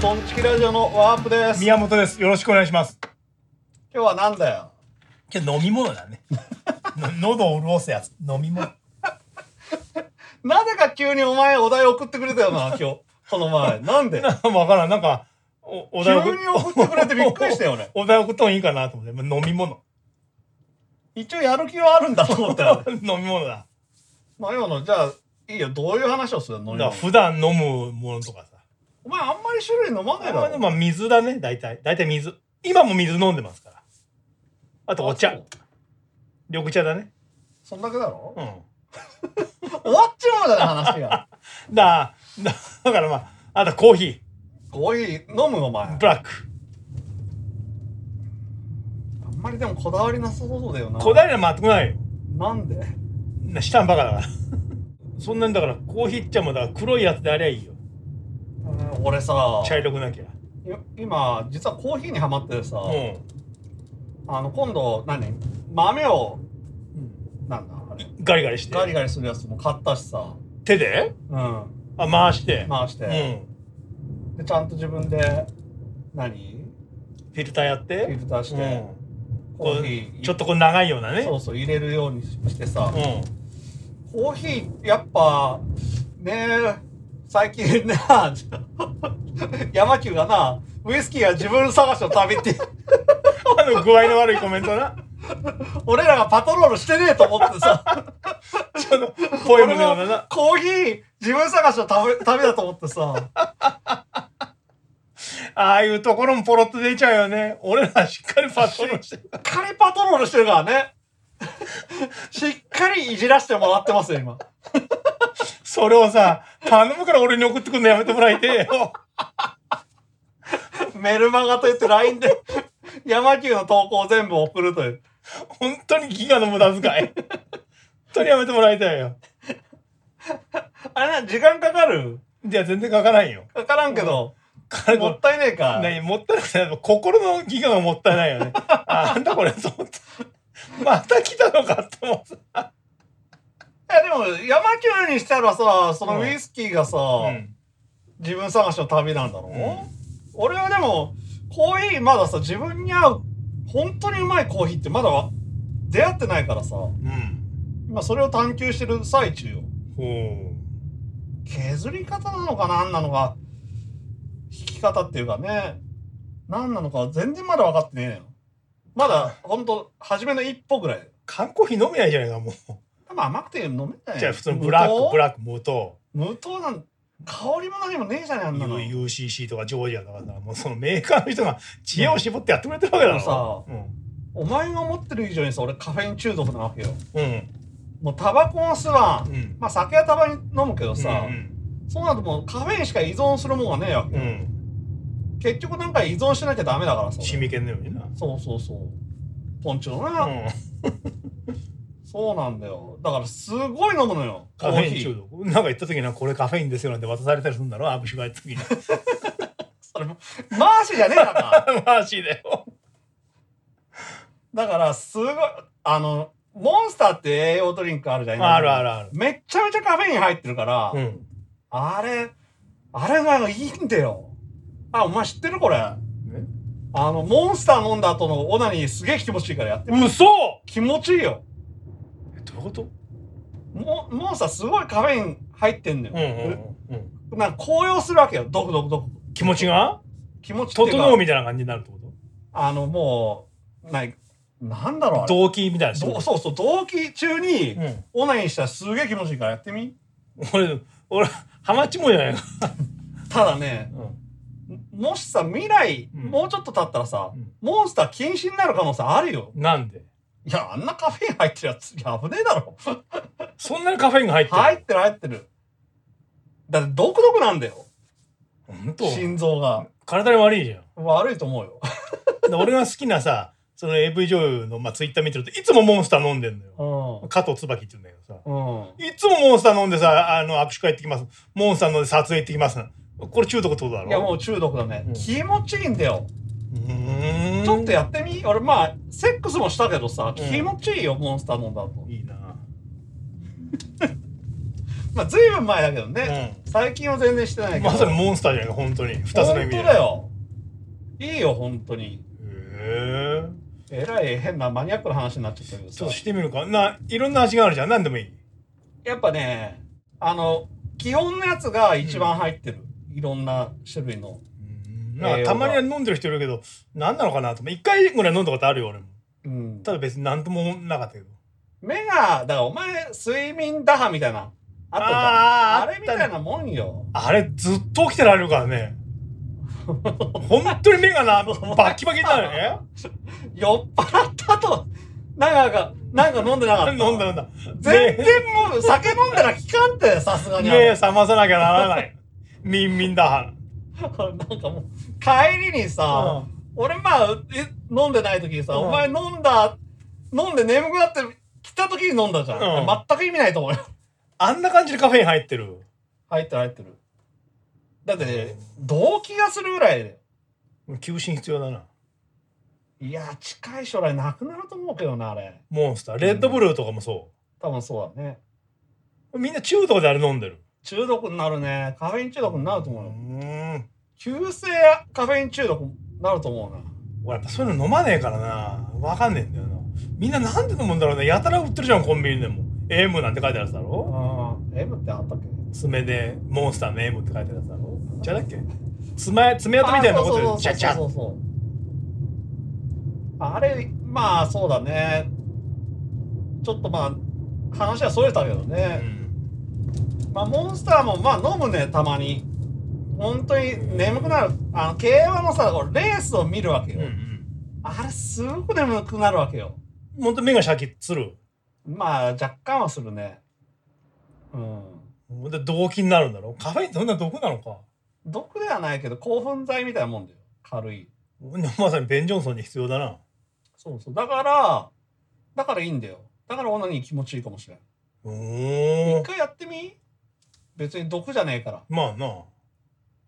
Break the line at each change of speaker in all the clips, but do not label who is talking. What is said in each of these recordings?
トンチキラジオのワープです。今
宮本です。よろしくお願いします。
日はなんだよ。
今日飲み物だね。 の喉を潤すやつ。飲み物。
なぜか急にお前お題送ってくれたよな、今日。この 前。なんで
わからん。なんか、お、お題
急に送ってくれてびっくりしたよ ね。
お題送った方がいいかなと思って。まあ飲み物。
一応やる気はあるんだと思った よ。
飲み物だ。
まあ今の、じゃあ、いいよ。どういう話をするの
だ
飲み
から
物
普段飲むものとかさ。
お前あんまり種類飲まないだ
あで
ろ。
もまあ水だね。大体。大体水。今も水飲んでますから。あとお
あ
茶
そう。
緑茶だね。
そんだけだろ
うん。
終わっちまうだね、話が。
だ、だだからまあ、あとコーヒー。
コーヒー飲むお前。あ
ブラック。
んまりでもこだわりなさそうだよな。
こだわりは全くないよ。
なんで
な下のバカだから そんなにだからコーヒーっちゃもだから黒いやつでありゃいいよ
うん俺さ、
茶色くなきゃ
よ今、実はコーヒーにハマっててさ、
うん
あの、今度、何豆を、なんだあれ
ガリガリして
ガリガリするやつも買ったしさ、
手で
うん、
あ回して、
回して、
うん
でちゃんと自分で何
フィルターやっ
フ
て
ィルターして、
うん
コーヒ
こ
ー
うちょっとこう長いようなね
そうそう入れるようにしてさ、
うん
コーヒーやっぱね最近な 山久がなウイスキーは自分探しの旅って
あの具合の悪いコメントな
俺らがパトロールしてねえと思ってさ
ちょっと ポエムのようなな
コーヒー自分探しの旅旅だと思ってさ
ああいうところもポロッと出ちゃうよね俺らしっかりパトロールしてる
しっかりパトロールしてるからね しっかりいじらしてもらってますよ今。
それをさ頼むから俺に送ってくるのやめてもらいてえよ
メルマガと言って LINE で山級の投稿を全部送るという。
本当にギガの無駄遣い本当にやめてもらいたいよ
あれな、時間かかる
いや全然書かないよ
かからんけど、
彼
も
の
ったいねえか。
ね、もったいなくて、やっぱ心のギガがもったいないよね。ああんたこれ、と思った。 また来たのかって思った。
いやでも、山級にしたらさ、その
うん
ウイスキーがさ、
うん。
自分探しの旅なんだろう、
うん
俺はでも、コーヒーまださ、自分に合う、本当にうまいコーヒーってまだわ出会ってないからさ、
うん。
今それを探求してる最中よ。
ほ
削り方なのか何なのか、引き方っていうかね、何なのか全然まだ分かってねえよ。まだ、ほんと、初めの一歩ぐらい。
う。缶コーヒー飲めないじゃないか、もう。
多分甘くて飲めない。
じゃあ、普通のブラック、ブ
ラッ
ラック、無糖、
ク。無糖なん、香りも何もねえじゃねえ、あんなの。
U- UCC とかジョージアとかさ、もうそのメーカーの人が知恵を絞ってやってくれてるわけだろ。
お前が思ってる以上にさ、俺カフェイン中毒なわけよ。
うん。うん。
もうタバコも吸わん。
うん。
まあ酒はたまに飲むけどさ
う、ん
そうなるともうカフェインしか依存するもんがねえわけ
う
よ。
ん。
結局なんか依存しなきゃダメだからさ。
シミケンのようにな。う
そうそうそう。ポンチョのな。
ん。
そうなんだよ。だからすごい飲むのよ。
カフェイン
コー
中
ヒー
毒。なんか言った時には、これカフェインですよなんて渡されたりするんだろ、握手会の時に。
それも、マーシーじゃねえか
マ ジでよ。
な。だからすごい、あの、モンスターって栄養ドリンクあるじゃん。
あるあるある。
めっちゃめちゃカフェイン入ってるから、
うん。
あれ、あれがいいんだよ。あ、お前知ってるこれ。あの、モンスター飲んだ後のオナニーすげえ気持ちいいからやって。
嘘
気持ちいいよ。
どういうこと
モモンスターすごいカフェイン入ってんの
うんう
よ。
んうん。
なんか高揚するわけよ。ドクドクドク。
気持ちが
気持ちっていうか
整うみたいな感じになるってこ
あの、もう、ない、なんだろう、あ
と
れ。
動機みたいな
どうそうそう、同期中に
う、ん。
オナニーしたらすげえ気持ちいいからやってみ
俺、俺、ハマチもじゃないか。
ただね、もしさ、未来、
うん
もうちょっと経ったらさ、
うん
モンスター禁止になる可能性あるよ。
なんで
いや、あんなカフェイン入ってるやつ、いや危ねえだろ。
そんなにカフェインが入ってる
入ってる入ってる。だって、ドクドクなんだよ。
本当
心臓が。
体に悪いじゃん。
悪いと思うよ。
で俺が好きなさ、その AV 女優の、まあ、ツイッター見てると、いつもモンスター飲んでんのよ。加藤椿って言うんだけどさ。
うん。うん。
いつもモンスター飲んでさ、あの、握手会行ってきます。モンスター飲んで撮影行ってきます。これ中毒ってことだろ
いや、もう中毒だね。
うん
気持ちいいんだよ。
うーん。
ちょっとやってみ俺、まあ、セックスもしたけどさ、
うん
気持ちいいよ、モンスター飲んだ後。
いいな。
まあ、ずいぶん前だけどね、
う
最近は全然してないけ
ん、
ど。
まさにモンスターじゃないか本当に2つの意
本
味
当
で
だよ。いいよ、本当に。
へえ
えらい変なマニアックな話になっちゃったけど
ち
さ
ょっとしてみるかないろんな味があるじゃん何でもいい
やっぱねあの基本のやつが一番入ってる、いろんな種類の
なんかたまには飲んでる人いるけど何なのかなと思って1回ぐらい飲んだことあるよ俺も
うん
ただ別に何ともなかったけど
目がだからお前睡眠打破みたいなあったじゃん
あー
あ
あったね
れみたいなもんよ
あれずっと起きてられるか らね本当に目がなバッキバキになる よね
酔っ払ったとなんかなんか飲んでなかった
飲んだ飲んだ
全然もう酒飲んだら効かんってさすがに、
目覚まさなきゃならないみんみんだ
なんかもう帰りにさ、
う
俺まあえ飲んでない時にさ、
うん
お前飲んだ飲んで眠くなって来た時に飲んだじゃん、
うん
全く意味ないと思うよ
あんな感じでカフェイン入ってる
入ってる入ってるだってね動悸がするぐらいで
休診必要だない
や近い将来なくなると思うけどなあれ
モンスターレッドブルーとかもそ
多分そうだね
うみんな中毒であれ飲んでる
中毒になるねカフェイン中毒になると思うよ、
ん
急性カフェイン中毒になると思うな
俺やっぱそういうの飲まねえからなわかんねえんだよなみんななんで飲むんだろうねやたら売ってるじゃんコンビニでも M なんて書いてあるやつだろ
ああ M ってあったっけ
爪でモンスターの M って書いてあるやつだろじゃだっけ爪爪痕みたいなことでちゃち
あ
ゃ
そうそうそうそうあれまあそうだねちょっとまあ話はそれたけどね、まあ、モンスターもまあ飲むねたまに本当に眠くなるあの競馬のさこれレースを見るわけよ、あれすごく眠くなるわけよ
ほんと目がシャキッつる
まあ若干はするねうん
ほんで動機になるんだろカフェインってそんな毒なのか
毒ではないけど興奮剤みたいなもんだよ軽い
まさにベン・ジョンソンに必要だな
そうそうだからだからいいんだよだから女に気持ちいいかもしれないう一
ーん
回やってみ別に毒じゃねえから
まあな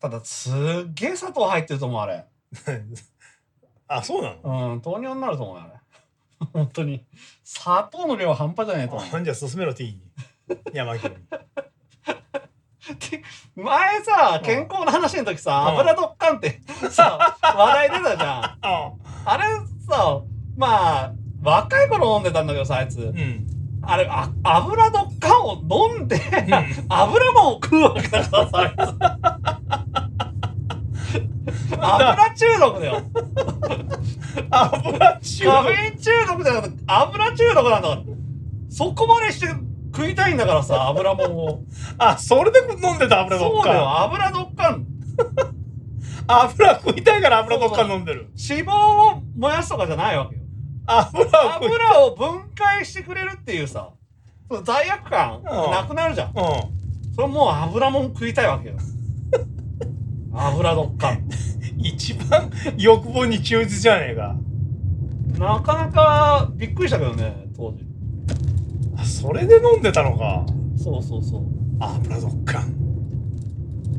ただすっげえ砂糖入ってると思うあれ
あそうなの
うん糖尿になると思うよあれ 本当に砂糖の量は半端じゃないと思う
あじゃあ進めろ T に山木に
前さ健康の話の時さ、
うん
油ドッカン ってさ話題出たじゃん
あ
あれさまあ若い頃飲んでたんだけどさあいつ
うん
あれあ油ドッカンを飲んで、
ん
油も食うわけだからさ あいつ油中毒だよ
油中
カフェイン中毒じゃなくて油中毒なんだからそこまでして食いたいんだから さ油もんを
あそれで飲んでた油ど
そ
っ
うだ
か
よ油ドッカン
油食いたいから油どっか飲んでる
脂肪を燃やすとかじゃないわけよ
油を食い
油を分解してくれるっていうさその罪悪感
うん
なくなるじゃん
う
それもう油もん食いたい わけよ油どっかん
ん一番欲望に忠実じゃねえか
なかなかびっくりしたけどね当時
あそれで飲んでたのか
そうそうそう
油どっか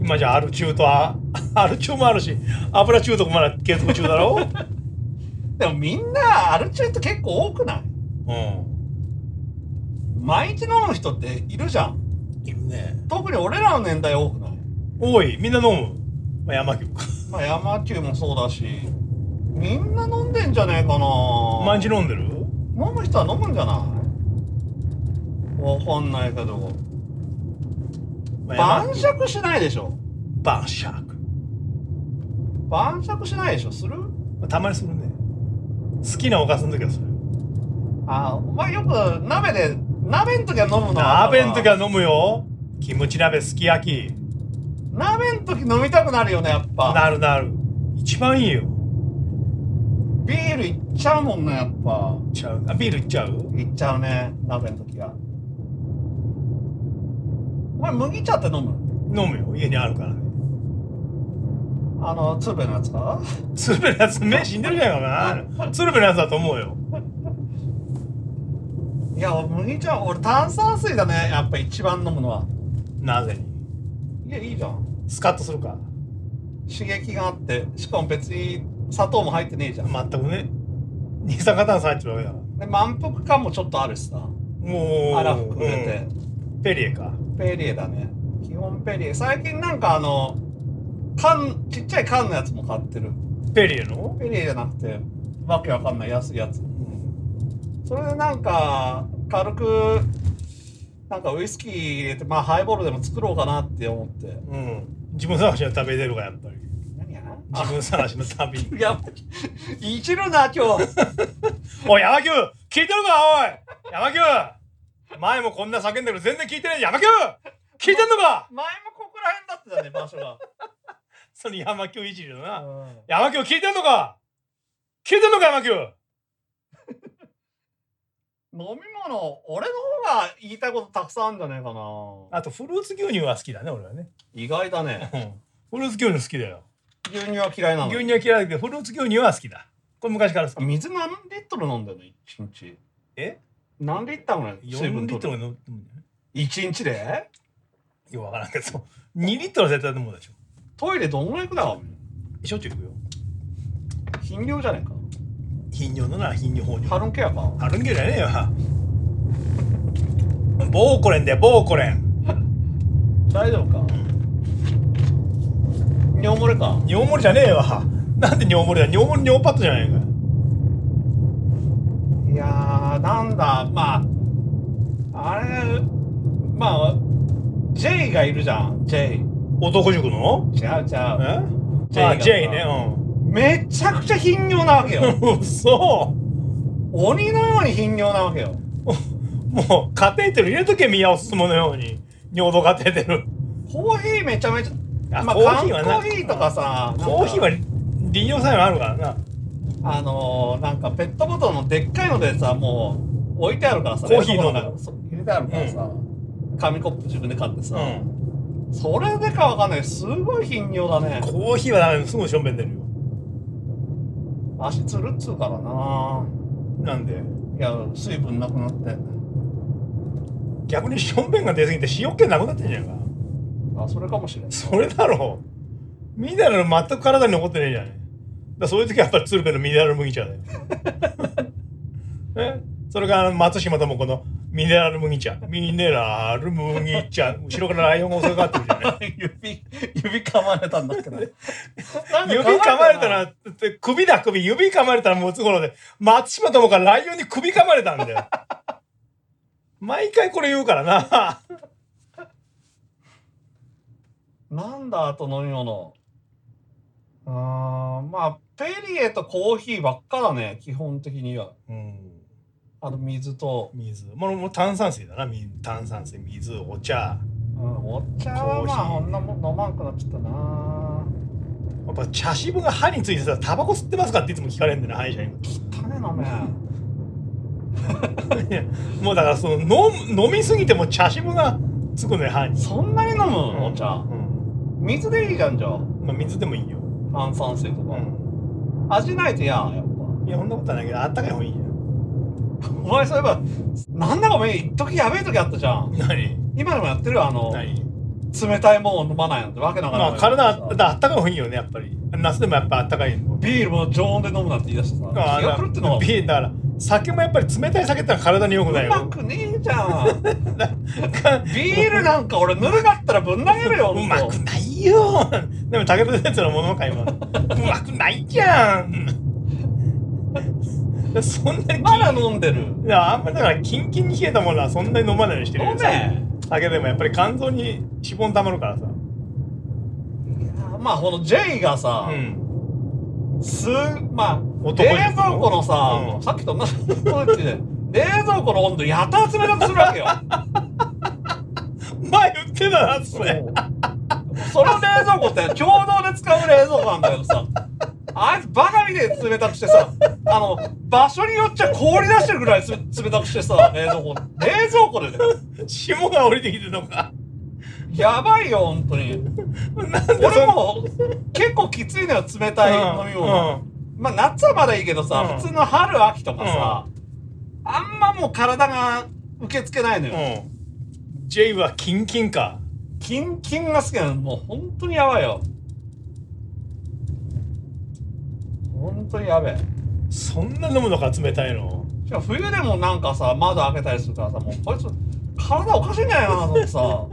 今じゃあアル中とあアル中もあるし油中毒まだ継続中 だろ
でもみんなアル中って結構多くない
うん
毎日飲む人っているじゃん
いるね
特に俺らの年代多くない
多いみんな飲む、まあ、山木もか
まあ山球もそうだしみんな飲んでんじゃねえかな
毎日飲んでる
飲む人は飲むんじゃないわかんないけど
まあ
晩
山
酌しないでしょ
木晩酌
晩酌しないでしょする
まあたまにするね好きなおかずの時はする
あお前よく鍋で鍋ん時は飲むのは
鍋の時は飲むよキムチ鍋すき焼き
鍋ん時飲みたくなるよねやっぱ
なるなる一番いいよ
ビールいっちゃうもんねやっぱ
ちゃうあビールいっちゃう
いっちゃうね鍋ん時はお前麦茶って飲む
飲むよ家にあるからね
あの鶴瓶のやつか
鶴瓶のやつ目死んでるじゃないかな鶴瓶のやつだと思うよ
いや麦茶俺炭酸水だねやっぱ一番飲むのは
なぜに
いやいいじゃん
スカッとするか
刺激があってしかも別に砂糖も入ってねえじゃん
全くね二酸化炭素入ってるわけだから
で満腹感もちょっとあるしさ
もう
腹膨れて、
うんペリエか
ペリエだね。基本ペリエ。最近なんかあの、缶、ちっちゃい缶のやつも買ってる。
ペリエの
ペリエじゃなくて、わけわかんない安いやつ。それでなんか、軽く、なんかウイスキー入れて、まあハイボールでも作ろうかなって思って。
うん自分探しの旅出るがやっぱり
何やな
自分探しの旅
いや、いじるな、今日。
おい山球聞いてるかおい山球前もこんな叫んでる全然聞いてない山球聞いてんのか
前もここら辺だったよね、場所が。
それ山球いじるよな
うん
山球聞いてんのか聞いてんのか山球
飲み物、俺の方が言いたいことたくさんあるんじゃないかな。
あとフルーツ牛乳は好きだね俺はね
意外だね。
フルーツ牛乳好きだよ
牛乳は嫌いなの。
牛乳は嫌いだけどフルーツ牛乳は好きだこれ昔から好き
水何リットル飲んだの、一日。
え
何リッターぐらい水
4
分
リ
取
ットル
る
飲むんじゃない
一日で
よくわからんけど2リットルは絶対飲むでしょ
トイレどんぐらい行くだ
しょっちゅう行くよ
頻尿じゃねえ
頻尿のなら頻尿放
か。ハ
尿
ルンケアか。
あるんけじゃねえよボーコレンだよボーコレン
大丈夫か尿漏れか。
尿漏れじゃねえわなんで尿漏れだ尿漏れ尿パッドじゃないかよ
いやー、なんだ、まあ、あれ、まあ、J がいるじゃん、J。
男塾の
違う違
え
う。
あ
J
J
が
ね
めちゃくちゃ頻尿なわけ よ。
うん嘘
鬼のように頻尿なわけよ。
もうカテーテル入れとけ宮おすすものように尿道カテーテル
コーヒーめちゃめちゃ、
あ
まあ、
コー
缶コ
ヒーはな
ーヒーとかさ、なんか
コーヒーは利尿作用あるからな
あのー、なんかペットボトルのでっかいのでさ、もう置いてあるからさ、
コーヒー飲んだ
冷蔵庫の中にそう入れてあるからさ、紙コップ自分で買ってさ、
うん
それでかわかんない。すごい頻尿だね。
コーヒーはダメすぐしょんべん出るよ
足つるっつうからな。
なんで
いや、水分なくなって。
逆にしょんべんが出すぎて塩気なくなってんじゃんか
あ、それかもしれん。
それだろうミネラル全く体に残ってねえじゃんだからそういう時はやっぱり鶴瓶のミネラル麦茶だよえそれから松島ともこのミネラル麦茶ミネラル麦茶後ろからライオンが襲いかかってくるじゃない
指、指噛まれたんだっ けど。指
指噛まれた
ら
らって首だ首指噛まれたらもうつ頃で松島ともからライオンに首噛まれたんだよ毎回これ言うからな
なんだ、あと飲み物。うーん、まあ、ペリエとコーヒーばっかだね、基本的には。
うん
あの、水と、
水もうもう炭酸水だなみ炭酸水水お茶
うん、お茶はまあ、
コーヒ
こ
ー
んなもん飲まんくなっちゃったな
やっぱ茶渋が歯についてさタバコ吸ってますかっていつも聞かれんだよな歯医者に
汚ねえな、め。
もうだからその飲む飲みすぎても茶渋がつくのよ歯に、
そんなに飲む
うん
お茶
う。ん
水でいいじゃん、じゃあ。
まあ、水でもいいよ、
炭酸水とか。
う
味ないと嫌、やっぱ。
ん、いやそんなことはないけどあったかい方がいいじゃん
お前そういえば、なんだかお前、一時やべえ時あったじゃん。
何
今でもやってるよ、あの、
何
冷たいもんを飲まないなんてわけなか
ま
ら
あ体あだからあったかい方がいいよねやっぱり夏でもやっぱあったかいの
ビールも常温で飲むなんて言い出してさ、
あ
気が狂ってんのか
だビールだから酒もやっぱり冷たい酒ってのは体に良くない
う
よ
まくねえじゃんビールなんか俺ぬるかったらぶん投げるよ
うまくないよでも武田鉄矢のものか今うまくないじゃんそんなに
まだ飲んでる
いやあんまりだからキンキンに冷えたものはそんなに飲まないようにしてる
飲
よ
めいや
酒でもやっぱり肝臓に脂肪たまるからさ
ーまあこの J がさ
う、ん
すまあ
男
冷
塾の
蔵庫のさ、
うん
さっきと同じ こと言ってて冷蔵庫の温度やたら冷たくするわけよ
前言ってたなそ
そう
れ
その冷蔵庫って共同で使う冷蔵庫なんだけどさあいつバカみで冷たくしてさあの場所によっちゃ氷出してるぐらいつ冷たくしてさ冷蔵庫冷蔵庫でね
霜が降りてきてるのか
やばいよ、本当に。
なんで
俺
そんな
も結構きついのよ、冷たい飲み物。まあ、夏はまだいいけどさ、
うん
普通の春、秋とかさ、あんまもう体が受け付けないの
うん、
よ。
うん J はキンキンか
キンキンが好きなの、もう本当にやばいよ。本当にやべえ。
そんな飲むのか冷たいの
しかも冬でもなんかさ、窓開けたりするからさ、もうこいつ、体おかしいんじゃないかなと思ってさ、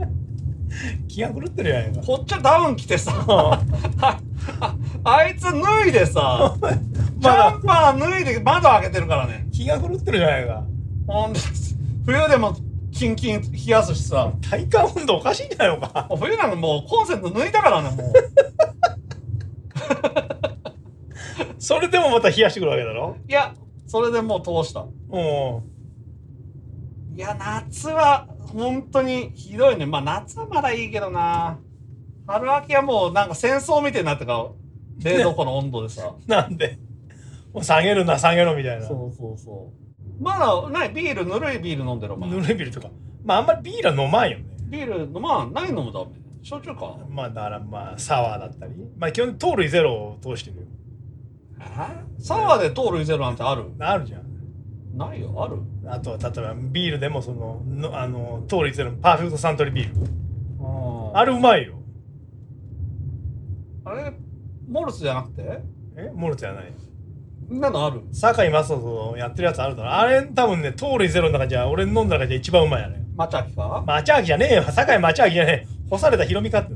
気が狂ってるやないか。
こっちはダウン着てさ ああいつ脱いでさジャンパー脱いで窓開けてるからね
気が狂ってるじゃないか。
ほんで冬でもキンキン冷やすしさ
体感温度おかしいんじゃないのか。
もう冬なんかもうコンセント抜いたからねもう
それでもまた冷やしてくるわけだろ。
いやそれでもう通した
う
いや夏は本当にひどいねまあ夏はまだいいけどな春秋はもうなんか戦争みたいになってから冷蔵庫の温度でさ
ん。なんで。もう下げるな、下げろみたい な。
そうそうそうまだないビールぬるいビール飲んでるお前
ぬるいビールとか。まああんまりビールは飲まんよね。
ビール飲まん何飲むだめ焼酎か
まあだからまあサワーだったり。まあ基本糖類ゼロを通してるよ。
サワーで糖類ゼロなんてある
あるじゃん。
ないよある
あとは例えばビールでもその、のあの、糖類ゼロのパーフェクトサントリービール。あ
あれ
れうまいよ。
あれモルスじゃなくて
えモルツじゃない。
みんなのある
酒井雅人のやってるやつあるだろあれ多分ね糖類ゼロの中じゃ俺飲んだ中じゃ一番うまいやね
マチャキか
マチャーキじゃねえよ酒井マチャーキじゃねえ干されたヒロミかって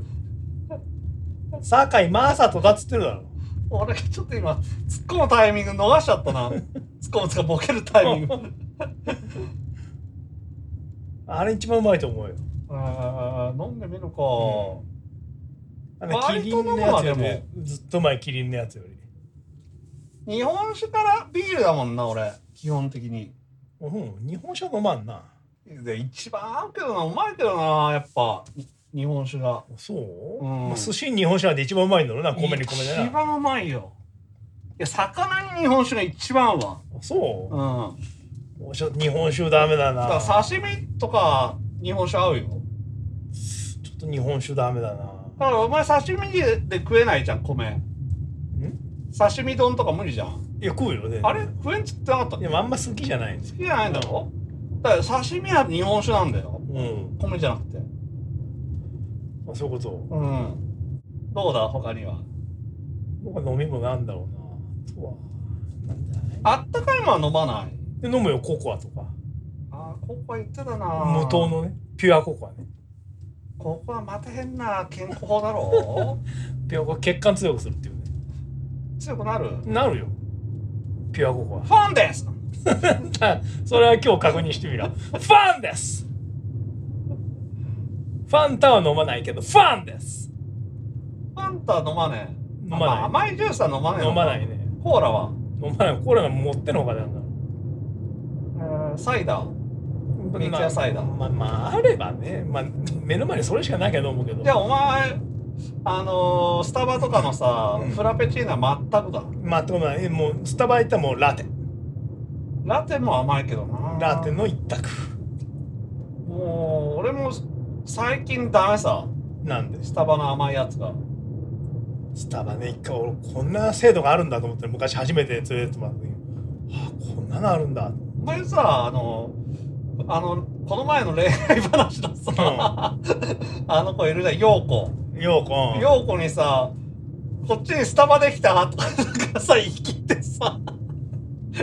酒井雅人だっつってるだろ
俺ちょっと今突っ込むタイミング逃しちゃった な突っ込むつかボケるタイミング
あれ一番うまいと思うよ
あー飲んでみるか、
あのキリンのやつよりずっと前キリンのやつより
日本酒からビールだもんな俺基本的に
うん日本酒は飲まんな
で一番合うけどなうまいけどなやっぱに日本酒が
そう、
うん
まあ、寿司に日本酒なんて一番うまいんだろうな米に米だ
一
な
番うまいよいや魚に日本酒が一番合うわ
そう、
うん
おちょっと日本酒ダメ
だ
だな
から刺身とか日本酒合うよ
ちょっと日本酒ダメだな
だからお前刺身で食えないじゃん米
ん
刺身丼とか無理じゃん
いや食うよね
あれ食えんっつってなかったっけ
でもあんま好きじゃないんですよ
好きじゃないんだろだから刺身は日本酒なんだよ
うん、
米じゃなくて
まあ、そういうこと
うんどうだ他には
僕は飲み物なんだろうなあとはなんだい
あったかいものは飲まない
で飲むよココアとか
あーここは言ってたな
無糖のねピュアココアね
ここはまた変な健康法だ ろ
ピュアココア血管強くするっていうね
強くなるフ
なるよピュアコ コ
ァンです
アそれは今日確認してみろファンですファンタは飲まないけどファンです
ファンタは飲まねえ
飲まない
あ甘いジュースは飲まねえ
飲まないね
コーラは、
飲まないコーラが持ってのほかなんだろ
えーサイダー
う
三ツ矢サイダー
まあまああればね、まあ、目の前にそれしかないけど思うけど
じゃあお前あのースタバとかのさ、
うん
フラペチーノは全くだ
まあ、とまあ、えもうスタバ行ったらもうラテ。
ラテも甘いけどな
ラテの一択。
もう俺も最近ダメさ
なんで
スタバの甘いやつが
スタバね、一回俺こんな制度があるんだと思って、昔初めて連れてってもらった時に、あ、こんなのあるんだ。
お前さあのあのこの前の恋愛話のさ、 あの子いるじゃん陽子
ようこん。
陽子にさこっちにスタバできたとかなんかさ言い切ってさ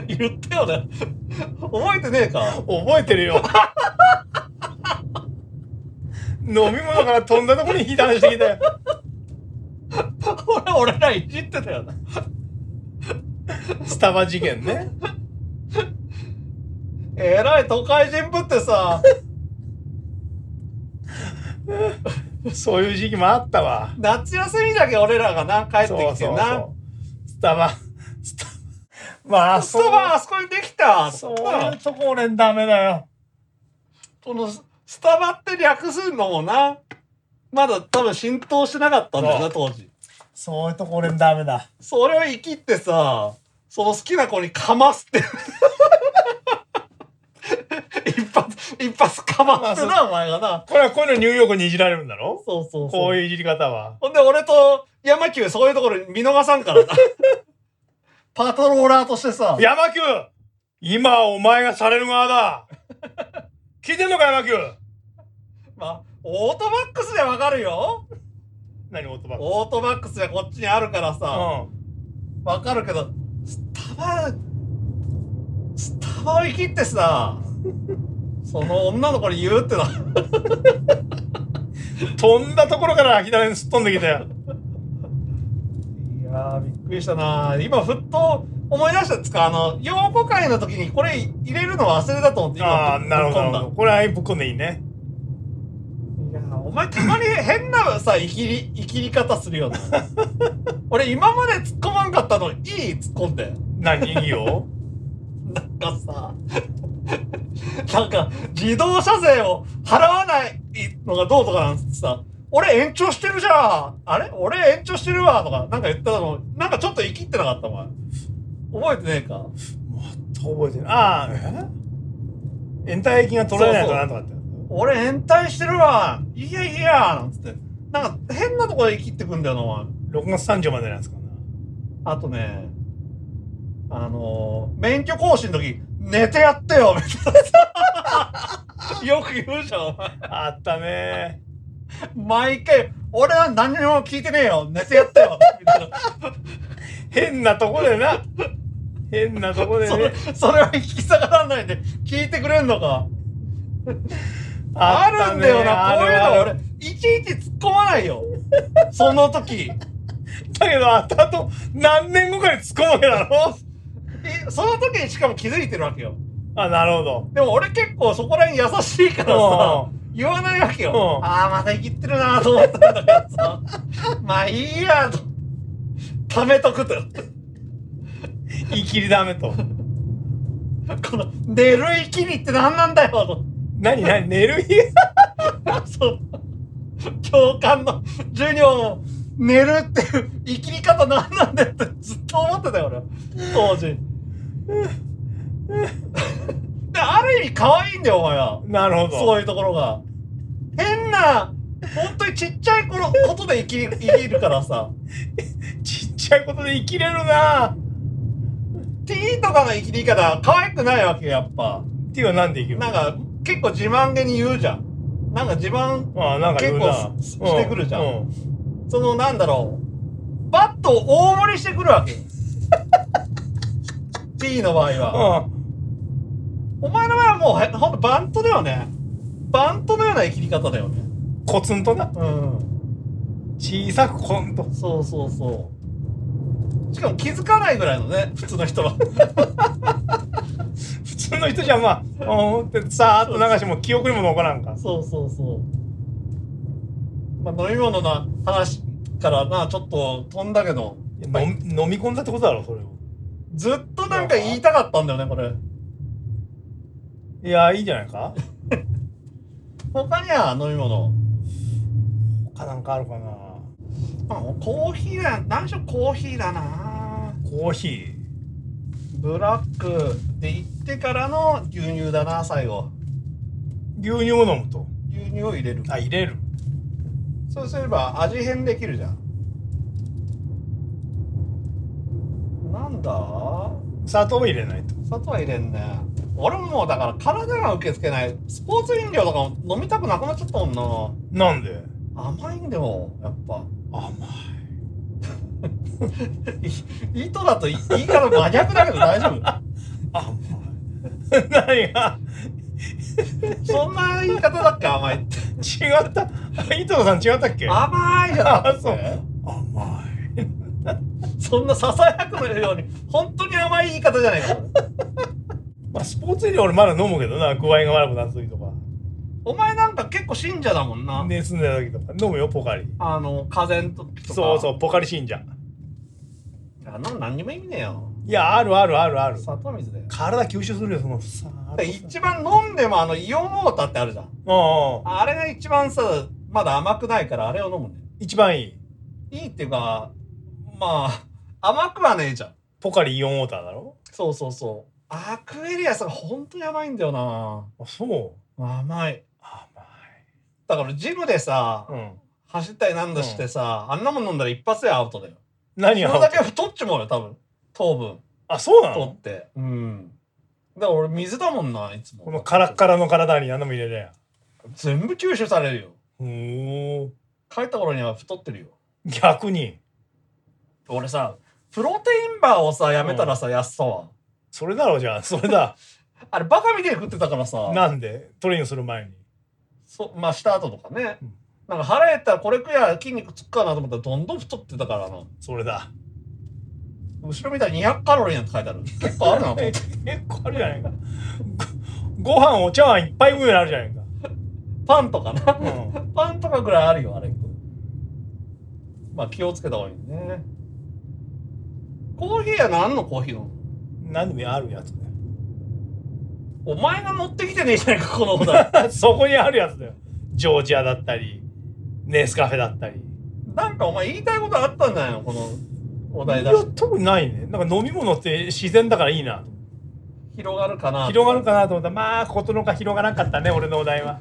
言ったよね覚えてねえか
覚えてるよ。飲み物から飛んだとこに火弾してきたよ。
俺俺らいじってたよな
スタバ事件ね。
えらい都会人ぶってさ
そういう時期もあったわ。
夏休みだけ俺らがな帰ってきて
そうそう
な
そうスタバ、スタバ。まあ、
スタバあそこにできた
そう
と
そうい
か
うとこ俺ダメだよ。
このススタバって略すのもなまだ多分浸透してなかったんだよな当時
そういうとこ俺ダメだ。
それを生きってさその好きな子にかますって 一発一発かまってなお前がな
これはこういうのニューヨークにいじられるんだろ
そうそう
こ
そうう
いういじり方は。
ほんで俺と山久そういうところに見逃さんからなパトローラーとしてさ
山久今お前がされる 側だ聞いてんのか山久
まあ、オートバックスでわかるよ
何オートバック
オートバックスがこっちにあるからさ
う
わ、かるけどスタバスタバを生きって さその女の子に言うってのは
ん。飛んだところから左にすっ飛んできて。
いやーびっくりしたな今ふっと思い出したんですかあの用語会の時にこれ入れるの忘れたと思って今
ああ、なるほど
ぶ
な
っ込
るほ
ん
ど。これはぶっこんでいいね。
だいやーお前たまに変なさ生きり生きり方する よな俺今まで突っ込まんかったのにいい突っ込んで
何いいよ。
なんかさなんか自動車税を払わないのがどうとかなんつってさ俺延長してるじゃんあれ俺延長してるわとかなんか言ったのなんかちょっと生きってなかったお前覚えてねえか
と覚えてる。ああ、え延滞金が取られないとなんとかって。
俺延滞してるわいやいやなんつってなんか変なとこで生きってくんだよなお前
6月30までなんですかな。
あとねあのー免許更新の時寝てやってよみたいな さよく言うじゃんお前
あったね
毎回俺は何にも聞いてねえよ寝てやったよみたいな
変なとこでな。変なとこで
そ
ね
れ。それは引き下がらないで聞いてくれんのかあ
ったね
るんだよなこういう
ある
の
ある
俺いちいち突っ込まないよその時
だけど、あとあと何年後かに突っ込むわけだろ。
えその時にしかも気づいてるわけよ
あ、なるほど。
でも俺結構そこら辺優しいからさ
う、
言わないわけよ。
うん
ああ、また生きってるなと思ったんだけどさ、まあいいやと、ためとくと。
言い切りダメと。
この、寝る生きりって何なんだよ
何何寝る日
と。そう。教官の授業も、寝るっていう生きり方何なんだよってずっと思ってたよ俺、当時。である意味可愛いんだよ、お前は。
なるほど。
そういうところが。変な、本当にちっちゃい頃ことで生き生きるからさ。
ちっちゃいことで生きれるな
ティーとかの生きり方、可愛くないわけよやっぱ。
っていうのはなんで生きる
なんか、結構自慢げに言うじゃん。なんか自慢、
ああ、なんか言うな
結構してくるじゃん
う
その、なんだろう。バットを大盛りしてくる わけよ。ティーの場合は。
う
お前の場合はもうへ、ほんとバントだよね。バントのような生きり方だよね。
ん。コツンとな。
うん。
小さくコンと。
そうそうそう。しかも気づかないぐらいのね、普通の 人は。
普通の人じゃまあ、うんってさーっと流しても記憶にも残らんか。
そうそうそう。まあ、飲み物の話からな、ちょっと飛んだけど、
飲み飲み込んだってことだろ、それを。
ずっとなんか言いたかったんだよね、これ。
いや、いいんじゃないか
他には飲み物。
他なんかあるかな
まあ、コーヒーだ、何しろコーヒーだな。
コーヒー。
ブラックで行ってからの牛乳だな、最後。
牛乳を飲むと。
牛乳を入れる。
あ、入れる。
そうすれば味変できるじゃん。なんだ
砂糖を入れないと。
砂糖は入れんね俺ももうだから体が受け付けないスポーツ飲料とかも飲みたくなくなっちゃったもん
なんで
な甘いんだよやっぱ
甘
糸だとい言い方真逆だけど大丈夫
い。甘い。 何が
そんな言い方だっけ甘いって
違った。井戸田さん違ったっけ
甘いじゃなかったっけ
あ甘い。
そんなささやくのように本当に甘い言い方じゃないか
まあ、スポーツ飲料俺まだ飲むけどな、具合が悪くなった時とか。
お前なんか結構信者だもんな、
ね、住んでた時とか。飲むよ、ポカリ。
あの風邪の時とか
そうそうう、ポカリ信者。
あんなの何にも意味ねえよ
いや、あるあるあるある。
砂糖水だよ
体吸収するよ、そのさーっと
で一番飲んでもあのイオンウォーターってあるじゃん
うんうん。
あれが一番さ、まだ甘くないからあれを飲むね。
一番いい。
いいっていうか、まあ、甘くはねえじゃん。
ポカリイオンウォーターだろ
そうそうそう。アクエリアスが本当に甘いんだよな。
あ、そう。
甘い。
甘
だからジムでさ、
い。うん。
走ったりなんだしてさ、あんなもん飲んだら一発でアウトだよ。
何
そ
が
れだけ太っちもうよ、多分。糖分。
あ、そうな
取っ
の
て。うん。だから俺水だもんな、いつも。
このカラッカラの体に何でも入れりゃ。
全部吸収されるよ。
おー。
帰った頃には太ってるよ。
逆に。
俺さ、プロテインバーをさ、やめたらさ、安さは。
それだろ、じゃあ。それ だ。
あれバカみたいに食ってたからさ。
なんでトレーニングする前に。
そまあした後とかね、
うん
なんか腹減ったらこれ食や筋肉つくかなと思ったらどんどん太ってたからな。
それだ。
後ろ見たら200カロリーなんて書いてある。結構あるな、これ
え結構あるじゃないか。ごご飯、お茶碗いっぱい分よりあるじゃないか。
パンとかな。
う
パンとかぐらいあるよ、あれ。まあ気をつけた方がいいね。コーヒーや何のコーヒーなの
ん。何でもあるやつだよ。
お前が持ってきてねえじゃないか、このお 題。
そこにあるやつだよ。ジョージアだったり、ネスカフェだったり。
なんかお前言いたいことあったんじゃないのこのお題
い
出
や
し、
特にないね。なんか飲み物って自然だからいいな。
広がるかな
広がるかなと思ったら、まあ、ことのか広がらなかったね、俺のお 題は。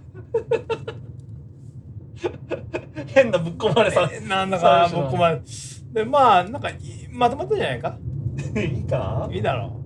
変なぶっ込まれさ。
なんだか、
そうでしょ
僕まで。で、まあ、なんかいい、まとまったんじゃないか。
いいか
いいだろ